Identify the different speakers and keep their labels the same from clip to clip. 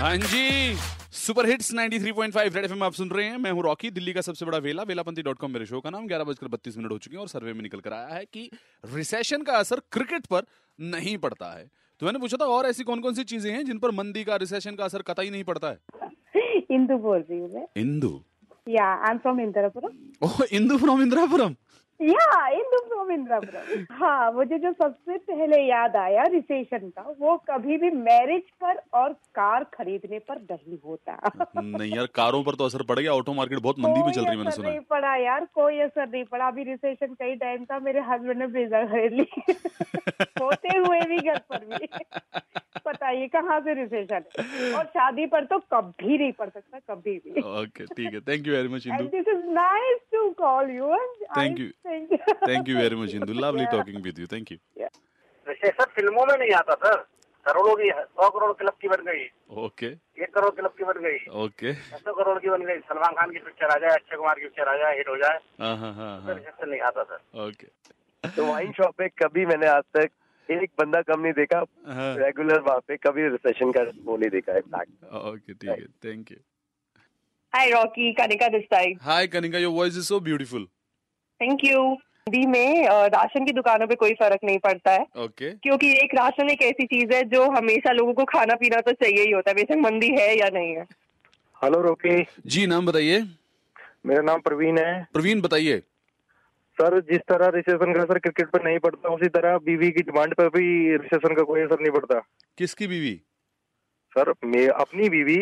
Speaker 1: हाँ जी super hits 93.5 Red FM आप सुन रहे हैं मैं हूं रॉकी दिल्ली का सबसे बड़ा वेला वेलापंथी डॉट कॉम मेरे शो का नाम ग्यारह बजकर बत्तीस मिनट हो चुके हैं और सर्वे में निकल कर आया है कि रिसेशन का असर क्रिकेट पर नहीं पड़ता है तो मैंने पूछा था और ऐसी कौन कौन सी चीजें हैं जिन पर मंदी का रिसेशन का असर कतई नहीं पड़ता है
Speaker 2: इंदू बोल रही हूँ मैं
Speaker 1: इंदू
Speaker 2: या I am from Indirapuram
Speaker 1: oh Indu from Indirapuram
Speaker 2: या इंदू फ्रॉम इंदिरापुरम हाँ मुझे जो सबसे पहले याद आया रिसेशन का वो कभी भी मैरिज पर और कार खरीदने पर नहीं होता
Speaker 1: नहीं यार कारों पर तो असर पड़ गया ऑटो मार्केट बहुत मंदी में
Speaker 2: कोई
Speaker 1: चल रही है मैंने
Speaker 2: असर
Speaker 1: सुना
Speaker 2: नहीं
Speaker 1: है
Speaker 2: पड़ा यार कोई असर नहीं पड़ा अभी रिसेशन कई टाइम था मेरे हस्बैंड ने ब्रेजर खरीद ली होते हुए भी घर पर भी बताइए कहाँ से रिसेशन है और शादी पर तो कभी नहीं पड़ सकता कभी भी
Speaker 1: ओके ठीक है thank you very much Indu
Speaker 2: And this is nice to call you. And
Speaker 1: Thank
Speaker 2: I
Speaker 1: you.
Speaker 2: Think...
Speaker 1: thank you very much Indu lovely
Speaker 2: Yeah.
Speaker 1: Talking with you thank you
Speaker 3: recession फिल्मों में नहीं आता सर करोड़ों की सौ करोड़ क्लब की बन गई
Speaker 1: ओके
Speaker 3: एक करोड़ क्लब की बन गई
Speaker 1: ओके
Speaker 3: सौ करोड़ की बन गई सलमान खान की पिक्चर आ जाए अक्षय कुमार की पिक्चर आ जाए हिट हो जाए
Speaker 1: हाँ हाँ हाँ
Speaker 3: तो
Speaker 1: हाँ
Speaker 3: रिसेशन नहीं आता सर
Speaker 1: ओके
Speaker 4: तो वाइन शॉप में कभी मैंने आज तक एक बंदा कम नहीं देखा
Speaker 1: हाँ।
Speaker 4: रेगुलर वहाँ पे कभी रिसेशन का वो नहीं देखा इम्पैक्ट
Speaker 1: ओके ठीक है thank you
Speaker 5: Hi, Rocky. Kanika this side.
Speaker 1: Hi Kanika your voice is so beautiful
Speaker 5: Thank you. दी में अ, राशन की दुकानों पे कोई फर्क नहीं पड़ता है
Speaker 1: ओके
Speaker 5: क्योंकि एक राशन एक ऐसी चीज है जो हमेशा लोगों को खाना पीना तो चाहिए ही होता है बेशक मंदी है या नहीं है
Speaker 4: हेलो रोकी
Speaker 1: जी नाम बताइए
Speaker 4: मेरा नाम प्रवीण है
Speaker 1: प्रवीण बताइए
Speaker 4: सर जिस तरह रिसेशन का असर क्रिकेट पर नहीं पड़ता उसी तरह बीवी की डिमांड पर भी रिसेशन का कोई असर नहीं पड़ता
Speaker 1: किसकी बीवी
Speaker 4: सर मैं अपनी बीवी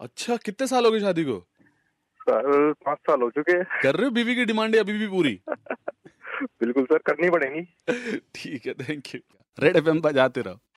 Speaker 1: अच्छा कितने साल हो गए शादी को
Speaker 4: सर पाँच साल हो चुके हैं।
Speaker 1: कर रहे हो बीवी की डिमांड है अभी भी पूरी
Speaker 4: बिल्कुल सर करनी पड़ेगी
Speaker 1: ठीक है थैंक यू रेड एफ बजाते रहो